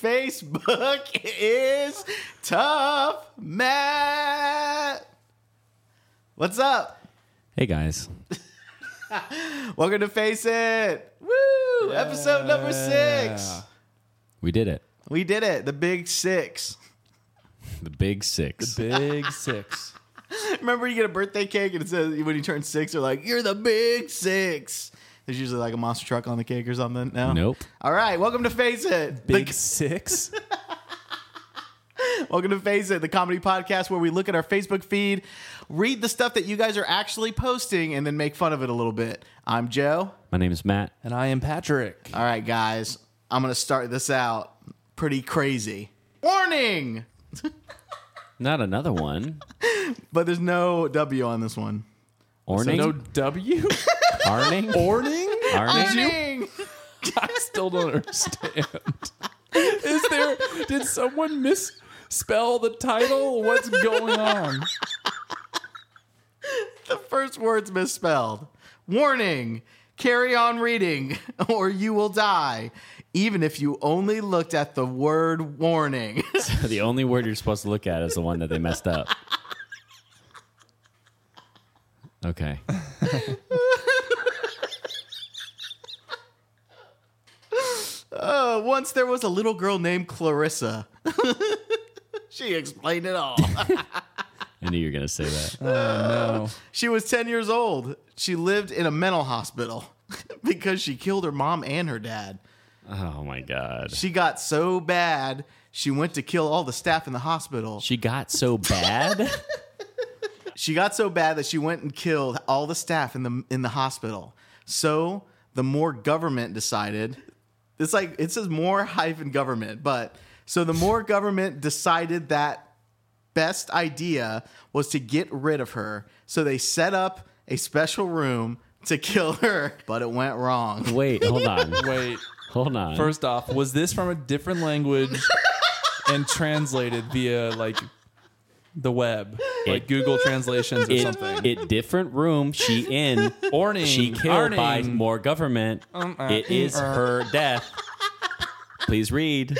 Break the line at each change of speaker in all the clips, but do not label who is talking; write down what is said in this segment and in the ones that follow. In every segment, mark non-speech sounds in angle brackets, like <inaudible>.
Facebook <laughs> is Tough Matt. What's up?
Hey guys.
Welcome to Face It. Woo! Episode number six.
We did it.
We did it. The big six. <laughs>
The big six.
Big six.
Remember, you get a birthday cake and it says when you turn six, they're like, "You're the big six. There's usually like a monster truck on the cake or something. No.
Nope.
All right. Welcome to Face It. The-
Big six.
Welcome to Phase It, the comedy podcast where we look at our Facebook feed, read the stuff that you guys are actually posting, and then make fun of it a little bit. I'm Joe.
My name is Matt.
And I am Patrick.
All right, guys, I'm going to start this out pretty crazy. Warning!
Not another one.
But there's no W on this one.
So
Orning.
no W?
Arning.
<laughs> Morning?
Arning.
Warning!
I still don't understand. Is there did someone misspell the title? What's going on?
<laughs> The first word's misspelled. Warning! Carry on reading, <laughs> or you will die, even if you only looked at the word warning. <laughs>
<laughs> the only word you're supposed to look at is the one that they messed up. Okay.
Uh, once there was a little girl named Clarissa. <laughs> she explained it all.
I knew you were gonna say
<laughs>
that.
Oh
she was 10 years old. She lived in a mental hospital <laughs> because she killed her mom and her dad.
Oh my god.
She got so bad, she went to kill all the staff in the hospital.
She got so
<laughs>
bad.
She got so bad that she went and killed all the staff in the in the hospital. So the Moore government decided. It's like it says Moore hyphen government, but so the Moore government decided that best idea was to get rid of her. So they set up a special room to kill her, but it went wrong. <laughs>
Wait, hold on.
no. Wait.
Hold on.
First off, was this from a different language and translated via like the web? Like
It-
Google translations or
it,
something.
it different room she in
Orning.
she killed by
Arning.
more government.
Um, uh,
it is
mm, uh.
her death. Please read.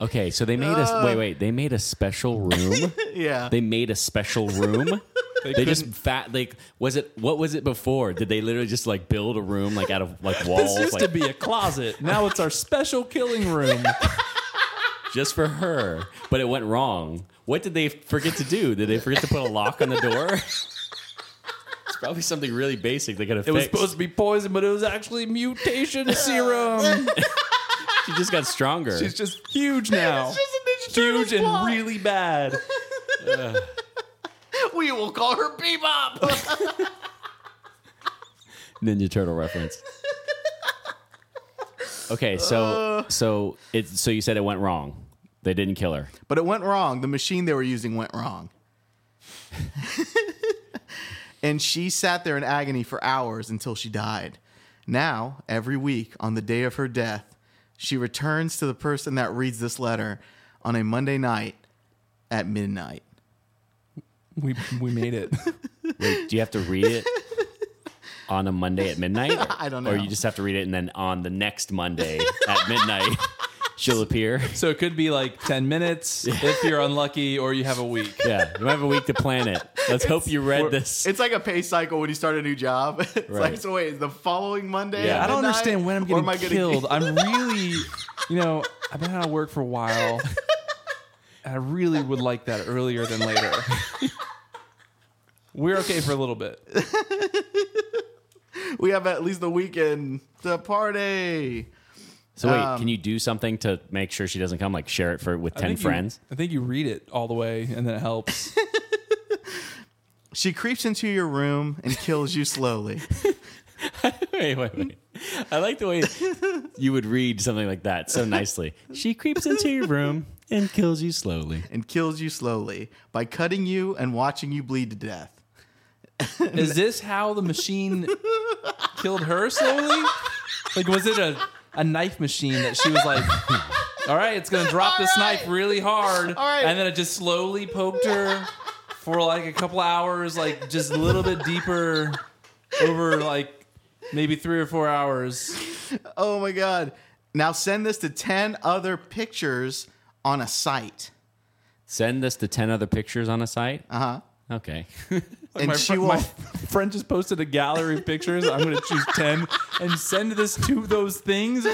Okay, so they made a wait, wait. They made a special room.
Yeah.
they made a special
<laughs>
room. They, just
couldn't-
fat like was it what was it before? Did they literally just like build a room like out of like walls
<laughs> This used
like
to be a closet. Now it's our special killing room.
just for her? But it went wrong. What did they forget to do? Did they forget to put a lock on the door? it's probably something really basic they could have
It was
fixed.
supposed to be poison, but it was actually mutation serum.
she just got stronger.
She's just huge now.
It's just a Ninja Turtles
Huge and
plot.
really bad.
we will call her Bebop.
Ninja Turtle reference. Okay, so so it so you said it went wrong. They didn't kill her.
But it went wrong. The machine they were using went
<laughs>
wrong. and she sat there in agony for hours until she died. Now, every week on the day of her death, she returns to the person that reads this letter on a Monday night at midnight.
<laughs> We we made it.
Wait, do you have to read it on a Monday at
<laughs>
midnight?
I don't
Or
know.
you just have to read it and then on the next Monday at midnight <laughs> she'll appear.
So it could be like ten minutes if you're unlucky, or you have a <laughs> week.
Yeah, you have a week to plan it. Let's hope you read this.
It's like a pay cycle when you start a new job. <laughs> It's like,
Right.
so wait, is the following Monday?
Yeah.
at
I don't
midnight?
understand when I'm
Or am
getting
I gonna-
killed. I'm <laughs> really, you know, I've been out of work for a <laughs> while. And I really would like that earlier than later. <laughs> We're okay for a little bit.
we have at least the weekend to party.
So wait, can you do something to make sure she doesn't come? Like share it for with
I
ten
think you- <laughs>
friends.
I think you read it all the way, and then it helps.
She creeps into your room and kills you slowly.
wait, wait, wait. I like the way <laughs> you would read something like that so nicely. She creeps into your room and kills you slowly.
and kills you slowly by cutting you and watching you bleed to death.
Is this how the machine killed her slowly? Like, was it a, a knife machine that she was like, all right, it's going to drop this
All right.
knife really hard.
All right.
And then it just slowly poked her for like a couple hours, like just a little bit deeper over like maybe three or four hours.
Oh my god. Now send this to 10 other pictures on a site.
Send this to 10 other pictures on a site? Uh huh. Okay. <laughs>
and
my,
she
fr-
will.
my friend just posted a gallery of pictures. I'm going to choose 10 and send this to those things.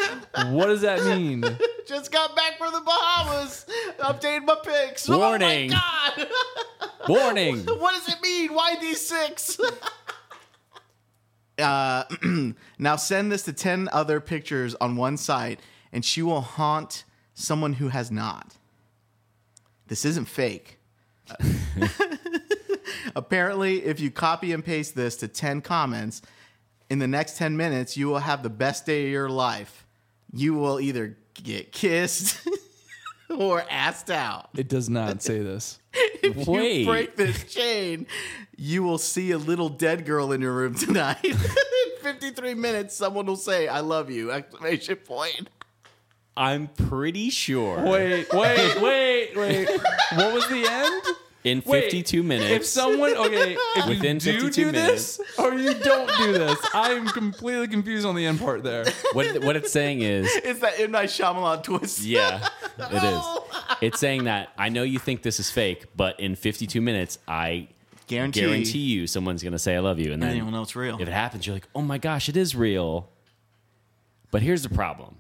What does that mean?
<laughs> Just got back from the Bahamas. Updated my pics. Oh my
Warning.
God.
Warning.
<laughs> What does it mean? YD6? <laughs> uh, <clears throat> now send this to 10 other pictures on one site, and she will haunt someone who has not. This isn't fake. Uh, <laughs> Apparently, if you copy and paste this to 10 comments, in the next 10 minutes, you will have the best day of your life. You will either get kissed <laughs> or asked out
It does not say this.
you
Wait.
break this chain, you will see a little dead girl in your room tonight. <laughs> in 53 minutes, someone will say, I love you, exclamation point.
I'm pretty sure.
Wait, wait, wait, wait. What was the end?
In
Wait,
52
If
minutes.
someone, okay, if
Within
you do
52
do this or you don't do this, I am completely confused on the end part there.
what, what it's saying is,
It's that M. Night Shyamalan twist.
yeah, it is. It's saying that I know you think this is fake, but in 52 minutes, I
Guarantee.
guarantee you someone's going to say I love you. And then
Anyone else real.
if it happens, you're like, oh my gosh, it is real. But here's the problem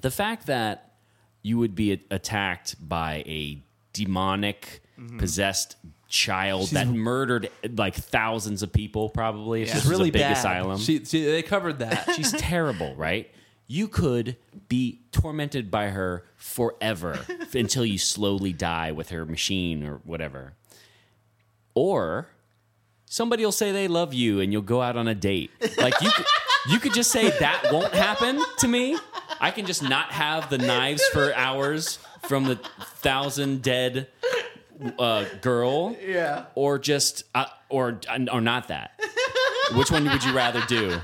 the fact that you would be a- attacked by a demonic, possessed child that murdered like thousands of people, probably. It's just a big asylum.
She, she, they covered that.
<laughs> She's terrible, right? You could be tormented by her forever <laughs> until you slowly die with her machine or whatever. Or somebody will say they love you and you'll go out on a date. Like you could, you could just say that won't happen to me. I can just not have the knives for hours from the thousand dead uh, girl
Yeah.
or just uh, or or
<laughs>
not that. Which one would you rather do?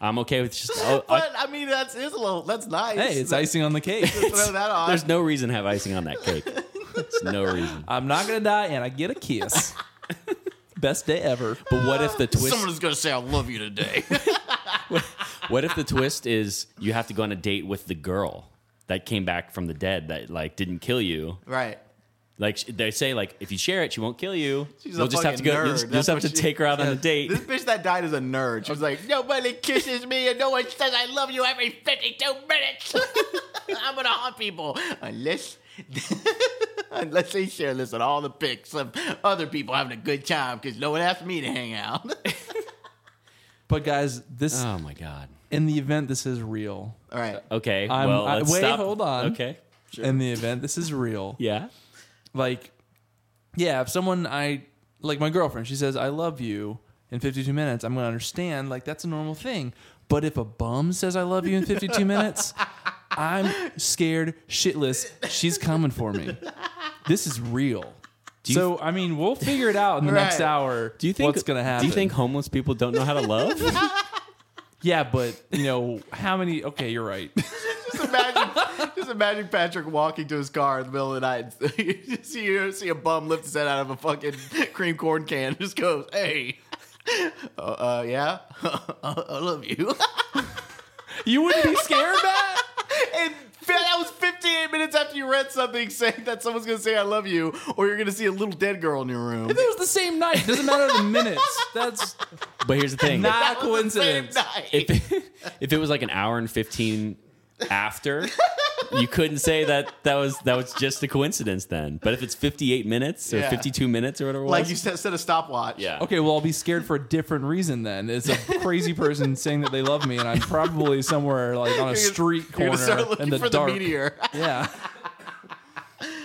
I'm okay with just. Oh, I-
But I mean, that's is a little, that's nice.
Hey, it's icing on the
<laughs>
cake.
Throw that on.
there's no reason to have icing on that cake. There's no reason.
I'm not going to die and I get a kiss. Best day ever.
But what if the twist?
Someone's going to say, I love you today. <laughs>
What if the twist is you have to go on a date with the girl that came back from the dead that like didn't kill you?
right.
Like sh- they say, like if you share it, she won't kill you.
She's a
you'll just have to
fucking
go. You'll
nerd.
just, you'll
That's
just have
what
to
she-
take her out on a date.
This bitch that died is a nerd. She was like, nobody kisses me and no one says I love you every 52 minutes. <laughs> I'm going to haunt people. Unless, <laughs> unless they share this on all the pics of other people having a good time because no one asked me to hang out. <laughs>
But guys, this
Oh my god.
in the event this is real.
all right.
Okay.
I'm-
well,
I-
let's
wait,
stop.
hold on.
Okay.
In the event this is real.
Yeah.
like yeah if someone i like my girlfriend she says i love you in 52 minutes i'm gonna understand like that's a normal thing but if a bum says i love you in 52 minutes i'm scared shitless she's coming for me this is real
you-
so i mean we'll figure it out in the next
Right.
hour
Do you think
what's gonna happen
Do you think homeless people don't know how to love?
<laughs> yeah but you know how many okay you're
<laughs>
right
Just imagine, <laughs> just imagine Patrick walking to his car in the middle of the night. <laughs> you just see, you see a bum lift his head out of a fucking cream corn can and just goes, hey. <laughs> Uh, uh yeah, <laughs> I love you. <laughs>
you wouldn't be scared of that
And that was 58 minutes after you read something saying that someone's gonna say I love you, or you're gonna see a little dead girl in your room.
<laughs> it was the same night doesn't matter the minutes that's
But here's the thing.
not a
That was the same
coincidence
night.
if, <laughs> if it was like an hour and 15 after you couldn't say that that was that was just a coincidence then but if it's 58 minutes or
Yeah.
52 minutes or whatever it was,
like you said, set a stopwatch.
yeah
Okay, well, I'll be scared for a different reason then. It's a crazy person saying that they love me, and I'm probably somewhere like
<laughs>
on a
You're gonna-
street
You're
corner
gonna start looking
in the
for
dark.
the meteor. <laughs>
Yeah,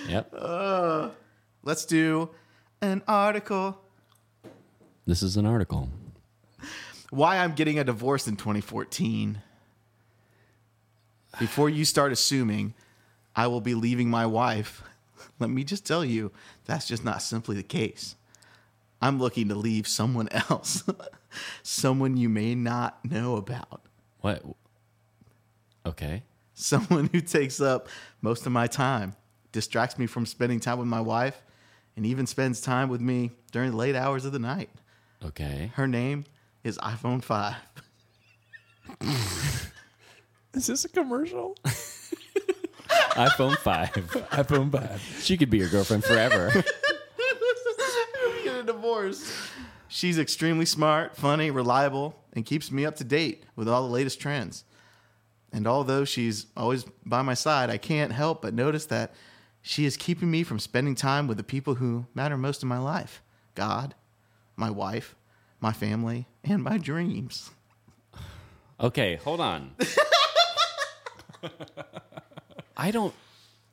yep
Let's do an article.
this is an article
Why I'm getting a divorce in 2014. Before you start assuming I will be leaving my wife, <laughs> let me just tell you that's just not simply the case. I'm looking to leave someone else, <laughs> someone you may not know about. <laughs>
what okay
someone who takes up most of my time, distracts me from spending time with my wife, and even spends time with me during the late hours of the night.
okay
Her name is iPhone 5.
<laughs> Is this a <laughs> commercial?
iPhone 5.
iPhone 5.
She could be your girlfriend forever.
We get a divorce. She's extremely smart, funny, reliable, and keeps me up to date with all the latest trends. And although she's always by my side, I can't help but notice that she is keeping me from spending time with the people who matter most in my life God, my wife, my family, and my dreams.
Okay, hold on. I don't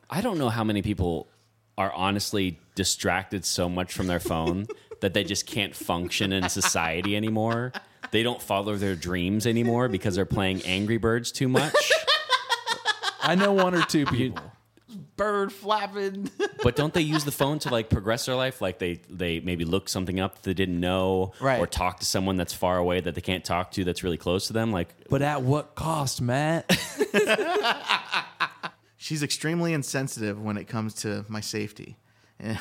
I don't know how many people are honestly distracted so much from their phone that they just can't function in society anymore. They don't follow their dreams anymore because they're playing Angry Birds too much.
<laughs> I know one or two people.
Bird flapping.
But don't they use the phone to like progress their life? Like they they maybe look something up that they didn't know,
Right.
or talk to someone that's far away that they can't talk to that's really close to them. Like
But at what cost, Matt?
She's extremely insensitive when it comes to my safety.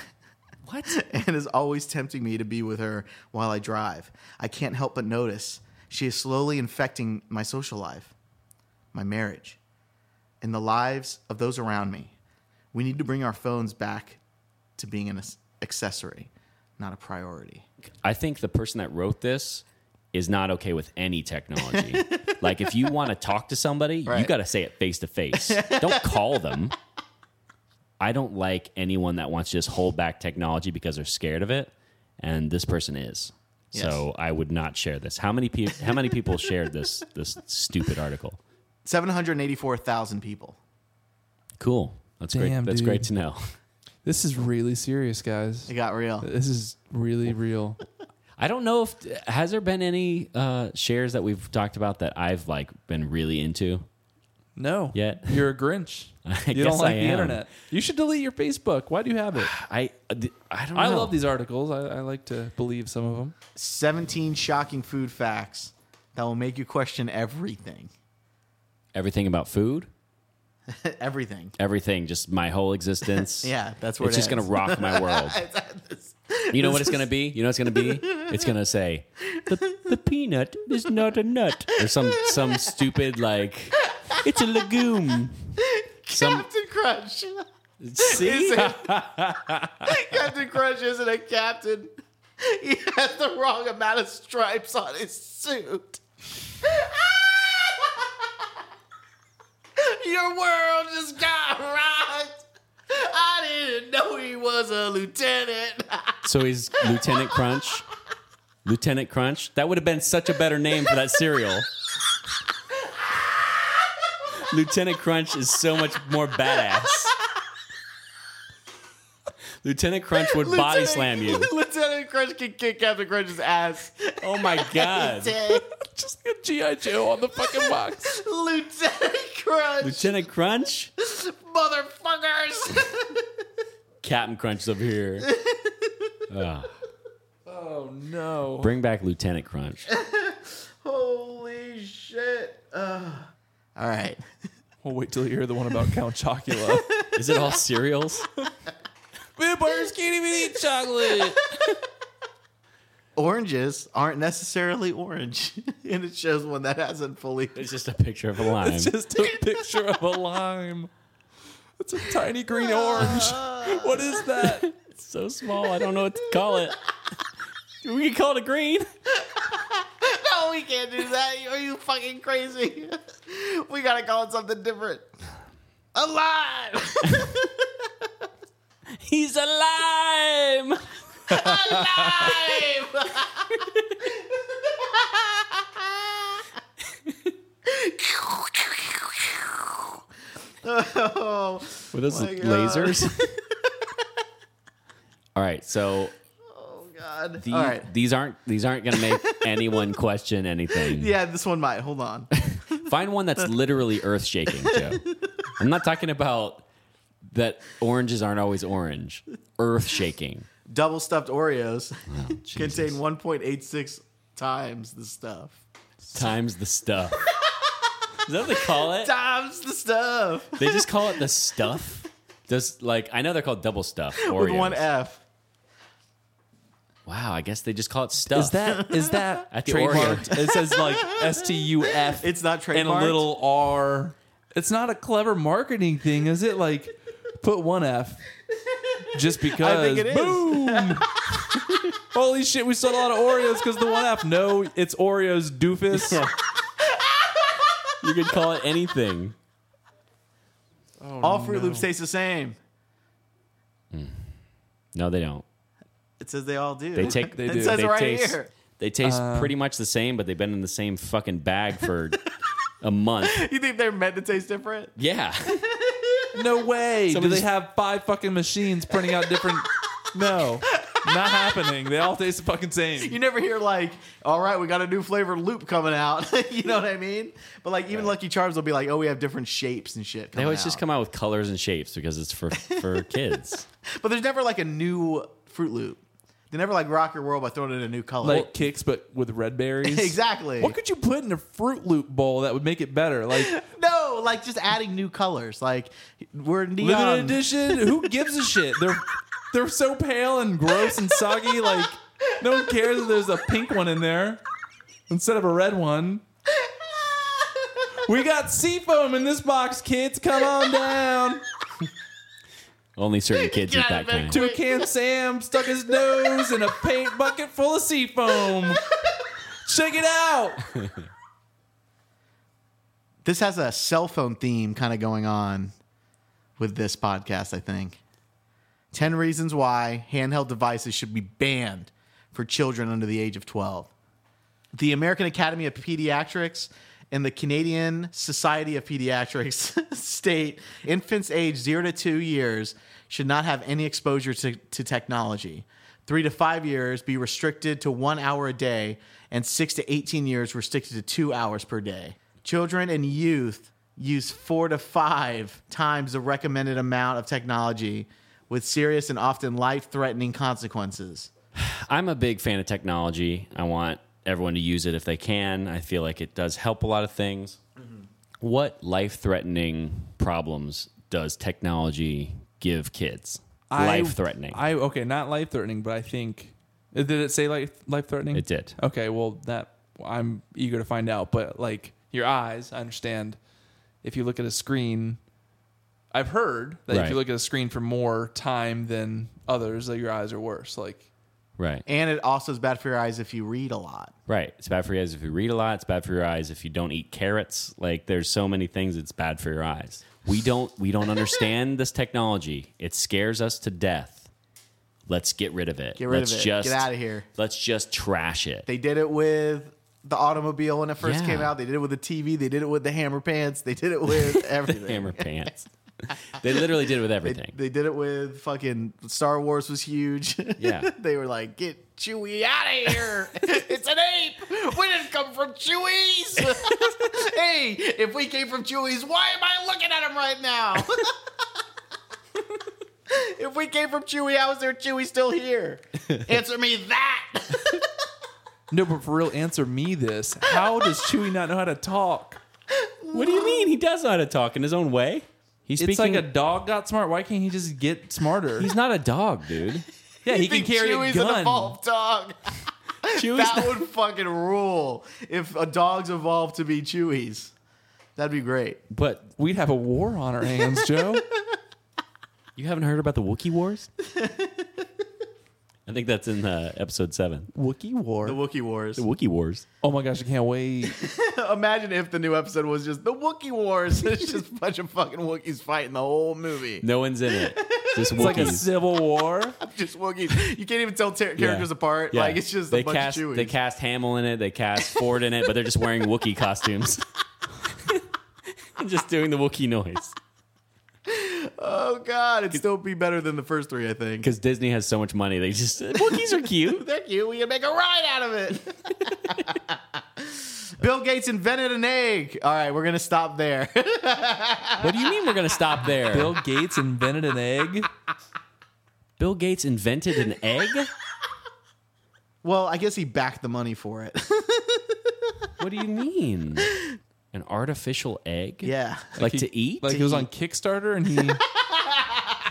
<laughs>
what?
and is always tempting me to be with her while I drive. I can't help but notice she is slowly infecting my social life, my marriage, and the lives of those around me. We need to bring our phones back to being an ac- accessory, not a priority.
I think the person that wrote this is not okay with any technology. like if you want to talk to somebody, you
Right.
got to say it face to face. Don't call them. I don't like anyone that wants to just hold back technology because they're scared of it, and this person is. So I would not share this. How many people? How many people shared this this stupid article?
784,000 people.
Cool. That's
Damn,
great. That's
dude.
great to know.
This is really serious, guys.
It got real.
This is really real.
I don't know if has there been any uh, shares that we've talked about that I've like been really into.
No.
Yet.
You're a Grinch. you
guess <laughs>
don't
I
like the
am.
internet. You should delete your Facebook. Why do you have it?
I uh, I don't. Know.
I love these articles. I, I like to believe some of them.
17 shocking food facts that will make you question everything. <laughs>
everything about food,
everything.
everything, just my whole <laughs> existence.
Yeah, that's where
it's
it
just gonna
ends.
rock my <laughs> world. you know what it's gonna be? You know what it's gonna be? It's gonna say the, the peanut is not a nut, or some some stupid like it's a <laughs> legume. Some
Captain Crunch. <laughs>
see, <laughs>
Captain Crunch isn't a captain. He has the wrong amount of stripes on his suit. <laughs> Your world just got rocked. I didn't know he was a lieutenant.
so he's Lieutenant Crunch. Lieutenant Crunch. That would have been such a better name for that cereal. Lieutenant Crunch is so much more badass. Lieutenant Crunch would body
Lieutenant-
slam you.
<laughs> Lieutenant Crunch can kick Captain Crunch's ass.
Oh my god.
Just like a G.I. Joe on the fucking box.
Lieutenant Crunch,
Lieutenant Crunch?
motherfuckers.
Captain Crunch is over
<laughs>
here. Ugh.
<laughs> Oh, no.
bring back Lieutenant Crunch.
Holy shit. Ugh. All right. <laughs>
We'll wait till you hear the one about Count Chocula.
Is it all cereals?
Vampires can't even eat chocolate.
oranges aren't necessarily orange. <laughs> and it shows one that hasn't fully.
It's just a picture of a lime.
It's <laughs> just a picture of a lime. It's a
<laughs>
tiny green orange. What is that?
It's so small, I don't know what to call it. <laughs> We can call it a green.
No, we can't do that. <laughs> Are you fucking crazy? <laughs> we gotta call it something different. <sighs> Alive!
He's a lime.
Alive! oh,
Were those
My God. <laughs>
lasers? all right, so
<laughs> oh god.
the,
All right.
these aren't these aren't going to make anyone question anything.
Yeah, this one might. Hold on.
Find one that's literally earth shaking, Joe.
<laughs>
I'm not talking about that oranges aren't always orange. Earth shaking.
Double stuffed
<laughs>
Oreos <laughs> contain 1.86 times the stuff.
Times the stuff. Is that what they call it?
Times the stuff. <laughs>
They just call it the stuff. Does like I know they're called double stuff Oreos.
With one F.
Wow, I guess they just call it stuff.
Is that is that
<laughs> At the
trademarked? It says like S T U F.
It's not
and a
trademarked?
little R. It's not a clever marketing thing, is it? Like put one F. Just because.
<laughs> I think it is.
Boom!
<laughs>
Holy shit, we sold a lot of Oreos because the one F. No, it's Oreos, doofus.
you could call it anything?
All Fruit Loops taste the same.
No, they don't.
It says they all do.
They take.
<laughs>
They
it
do.
says
they
right
taste,
here. <laughs>
They taste pretty much the same, but they've been in the same fucking bag for a month.
You think they're meant to taste different?
Yeah,
No way. Do
Somebody
they
just-
have five fucking machines printing out different? <laughs> no, not happening. They all taste the fucking same.
You never hear like, "All right, we got a new flavored loop coming out." <laughs> you know what I mean? But like, even Lucky Charms will be like, "Oh, we have different shapes and shit."
they
Coming
always just
out."
come out with colors and shapes because it's for for kids.
But there's never like a new Fruit Loop. They never like rock your world by throwing in a new color.
Like kicks, but with red
<laughs>
berries.
exactly.
What could you put in a Fruit Loop bowl that would make it better?
<laughs>
Like
no, like just adding new colors. Like we're
limited
neon.
edition. Who gives a shit? They're they're so pale and gross and soggy. Like no one cares if there's a pink one in there instead of a
<laughs>
red one. We got seafoam in this box, kids. Come on down.
Only <laughs> certain kids
Get
eat
out
that
of bed
kind.
to a can Sam stuck his nose in a paint bucket full of sea foam. Check it out.
This has a cell phone theme kind of going on with this podcast, I think. 10 reasons why handheld devices should be banned for children under the age of 12. The American Academy of Pediatrics and the Canadian Society of Pediatrics <laughs> state infants aged 0 to 2 years should not have any exposure to, to technology. 3 to 5 years be restricted to 1 hour a day and 6 to 18 years restricted to 2 hours per day. Children and youth use 4 to 5 times the recommended amount of technology with serious and often life-threatening consequences.
I'm a big fan of technology. I want everyone to use it if they can. I feel like it does help a lot of things. What life threatening problems does technology give kids? Life threatening.
I okay, not life threatening, but I think uh, did it say life life threatening?
It did.
Okay, well that I'm eager to find out, but like your eyes, I understand. If you look at a screen, I've heard that if
Right.
you look at a screen for more time than others, that your eyes are worse. Like
Right.
And it also is bad for your eyes if you read a lot.
Right. It's bad for your eyes if you read a lot. It's bad for your eyes if you don't eat carrots. Like there's so many things it's bad for your eyes. We don't we don't understand this technology. It scares us to death. Let's get rid of it.
Get rid
let's
of it.
Just,
Get out of here.
Let's just trash it.
They did it with the automobile when it first
Yeah.
came out. They did it with the TV. They did it with the hammer pants. They did it
<laughs>
with everything. <laughs>
hammer pants. They literally did it with
They,
everything.
they did it with fucking Star Wars was huge.
Yeah.
<laughs> they were like, get Chewie out of here. <laughs> it's an ape. We didn't come from Chewie's. <laughs> hey, if we came from Chewie's, why am I looking at him right now? <laughs> if we came from Chewie, how is there Chewie still
<laughs>
here? Answer me that.
no, but for real, answer me this: How does Chewie not know how to talk?
what do you mean? He does know how to talk in his own way. He's
It's
speaking.
like a dog got smart. Why can't he just get smarter?
<laughs> he's not a
<laughs>
dog, dude.
yeah, he can
think
carry
Chewie's
a gun.
an evolved
<laughs>
dog.
Chewie's
That
not-
would fucking rule if a dog's evolved to be Chewies. That'd be great.
but
We'd have a war on our hands,
<laughs>
Joe.
you haven't heard about the Wookiee
<laughs>
Wars? I think that's in uh, episode seven.
Wookiee war.
The Wookiee Wars.
The Wookiee Wars.
oh my gosh, I can't wait.
<laughs> Imagine if the new episode was just the Wookiee Wars. <laughs> It's just a bunch of fucking Wookiees fighting the whole movie.
No one's in it. <laughs> Just
It's like a
Wookiees.
civil war.
<laughs> Just Wookiees. You can't even tell ter- characters apart.
Yeah.
Like it's just
they
a bunch
cast
of Chewies.
they cast Hamill in it.
<laughs>
They cast Ford in it, but they're just wearing Wookiee costumes. <laughs> And just doing the Wookiee noise
oh god, it'd still be better than the first three, I think.
because Disney has so much money. They just Wookiees are cute.
They're cute. We can make a ride out of it. <laughs> Bill Gates invented an egg. All right, we're gonna stop there.
<laughs>
<laughs>
What do you mean we're gonna stop there?
Bill Gates invented an egg.
Bill Gates invented an egg?
well, I guess he backed the money for it. <laughs>
What do you mean? An artificial egg?
yeah. <laughs>
Like
He-
to eat?
Like it was on Kickstarter and he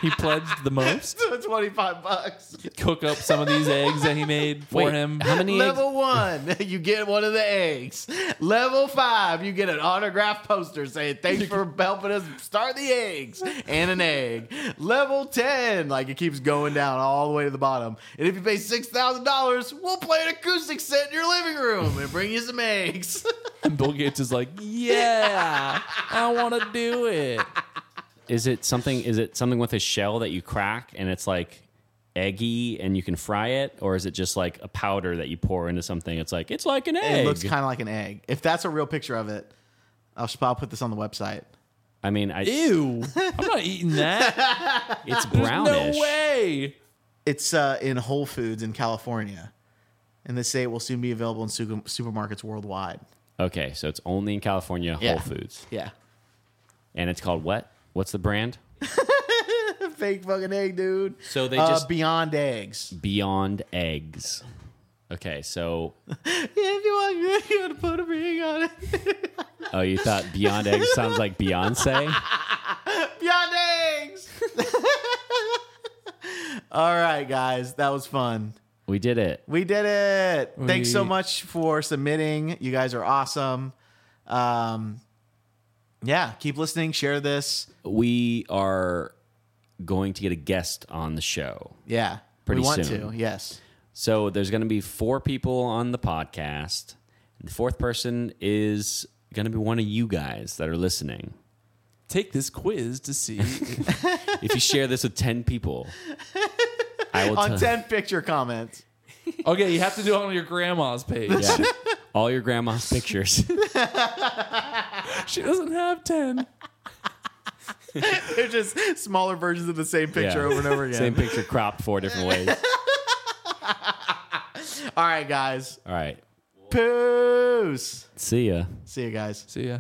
He pledged the most.
Twenty five bucks.
Cook up some of these eggs that he made for
Wait,
him.
How many? eggs-
Level one, <laughs> you get one of the eggs. Level five, you get an autograph poster saying thanks for helping us start the eggs and an egg. Level ten, like it keeps going down all the way to the bottom. And if you pay six thousand dollars, we'll play an acoustic set in your living room and bring you some eggs. <laughs>
And Bill Gates is like, yeah, I want to do it.
Is it something? Is it something with a shell that you crack and it's like eggy and you can fry it, or is it just like a powder that you pour into something? It's like it's like an egg.
It looks kind of like an egg. If that's a real picture of it, I'll, I'll put this on the website.
I mean, I,
Ew, I'm not eating that.
it's
No
brownish.
way.
It's uh, in Whole Foods in California, and they say it will soon be available in su- supermarkets worldwide.
Okay, so it's only in California Whole
Yeah.
Foods,
Yeah.
and it's called what? What's the brand?
<laughs> fake fucking egg, dude.
So they
uh,
just-
beyond
<laughs>
eggs.
Beyond Eggs. Okay, so
If you want, <laughs> you gotta put a ring on it. <laughs>
oh, you thought Beyond Eggs sounds like Beyonce?
Beyond eggs. <laughs> All right, guys, that was fun.
We did it.
We did it. Thanks so
We-
much for submitting. You guys are awesome. Um, yeah, keep listening. Share this.
We are going to get a guest on the show.
Yeah,
Pretty
we want
soon.
to. Yes.
So there's going to be four people on the podcast. And the fourth person is going to be one of you guys that are listening.
Take this quiz to see.
If you share this with 10 people, I will
On
tell-
ten picture comments. <laughs>
Okay, you have to do it on your grandma's page.
Yeah. all your grandma's <laughs> pictures.
She doesn't have ten.
They're just smaller versions of the same picture
Yeah.
over and
<laughs>
over again.
Same picture cropped four different
<laughs>
ways.
All right, guys.
All right.
Peace.
See ya.
See you guys.
See ya.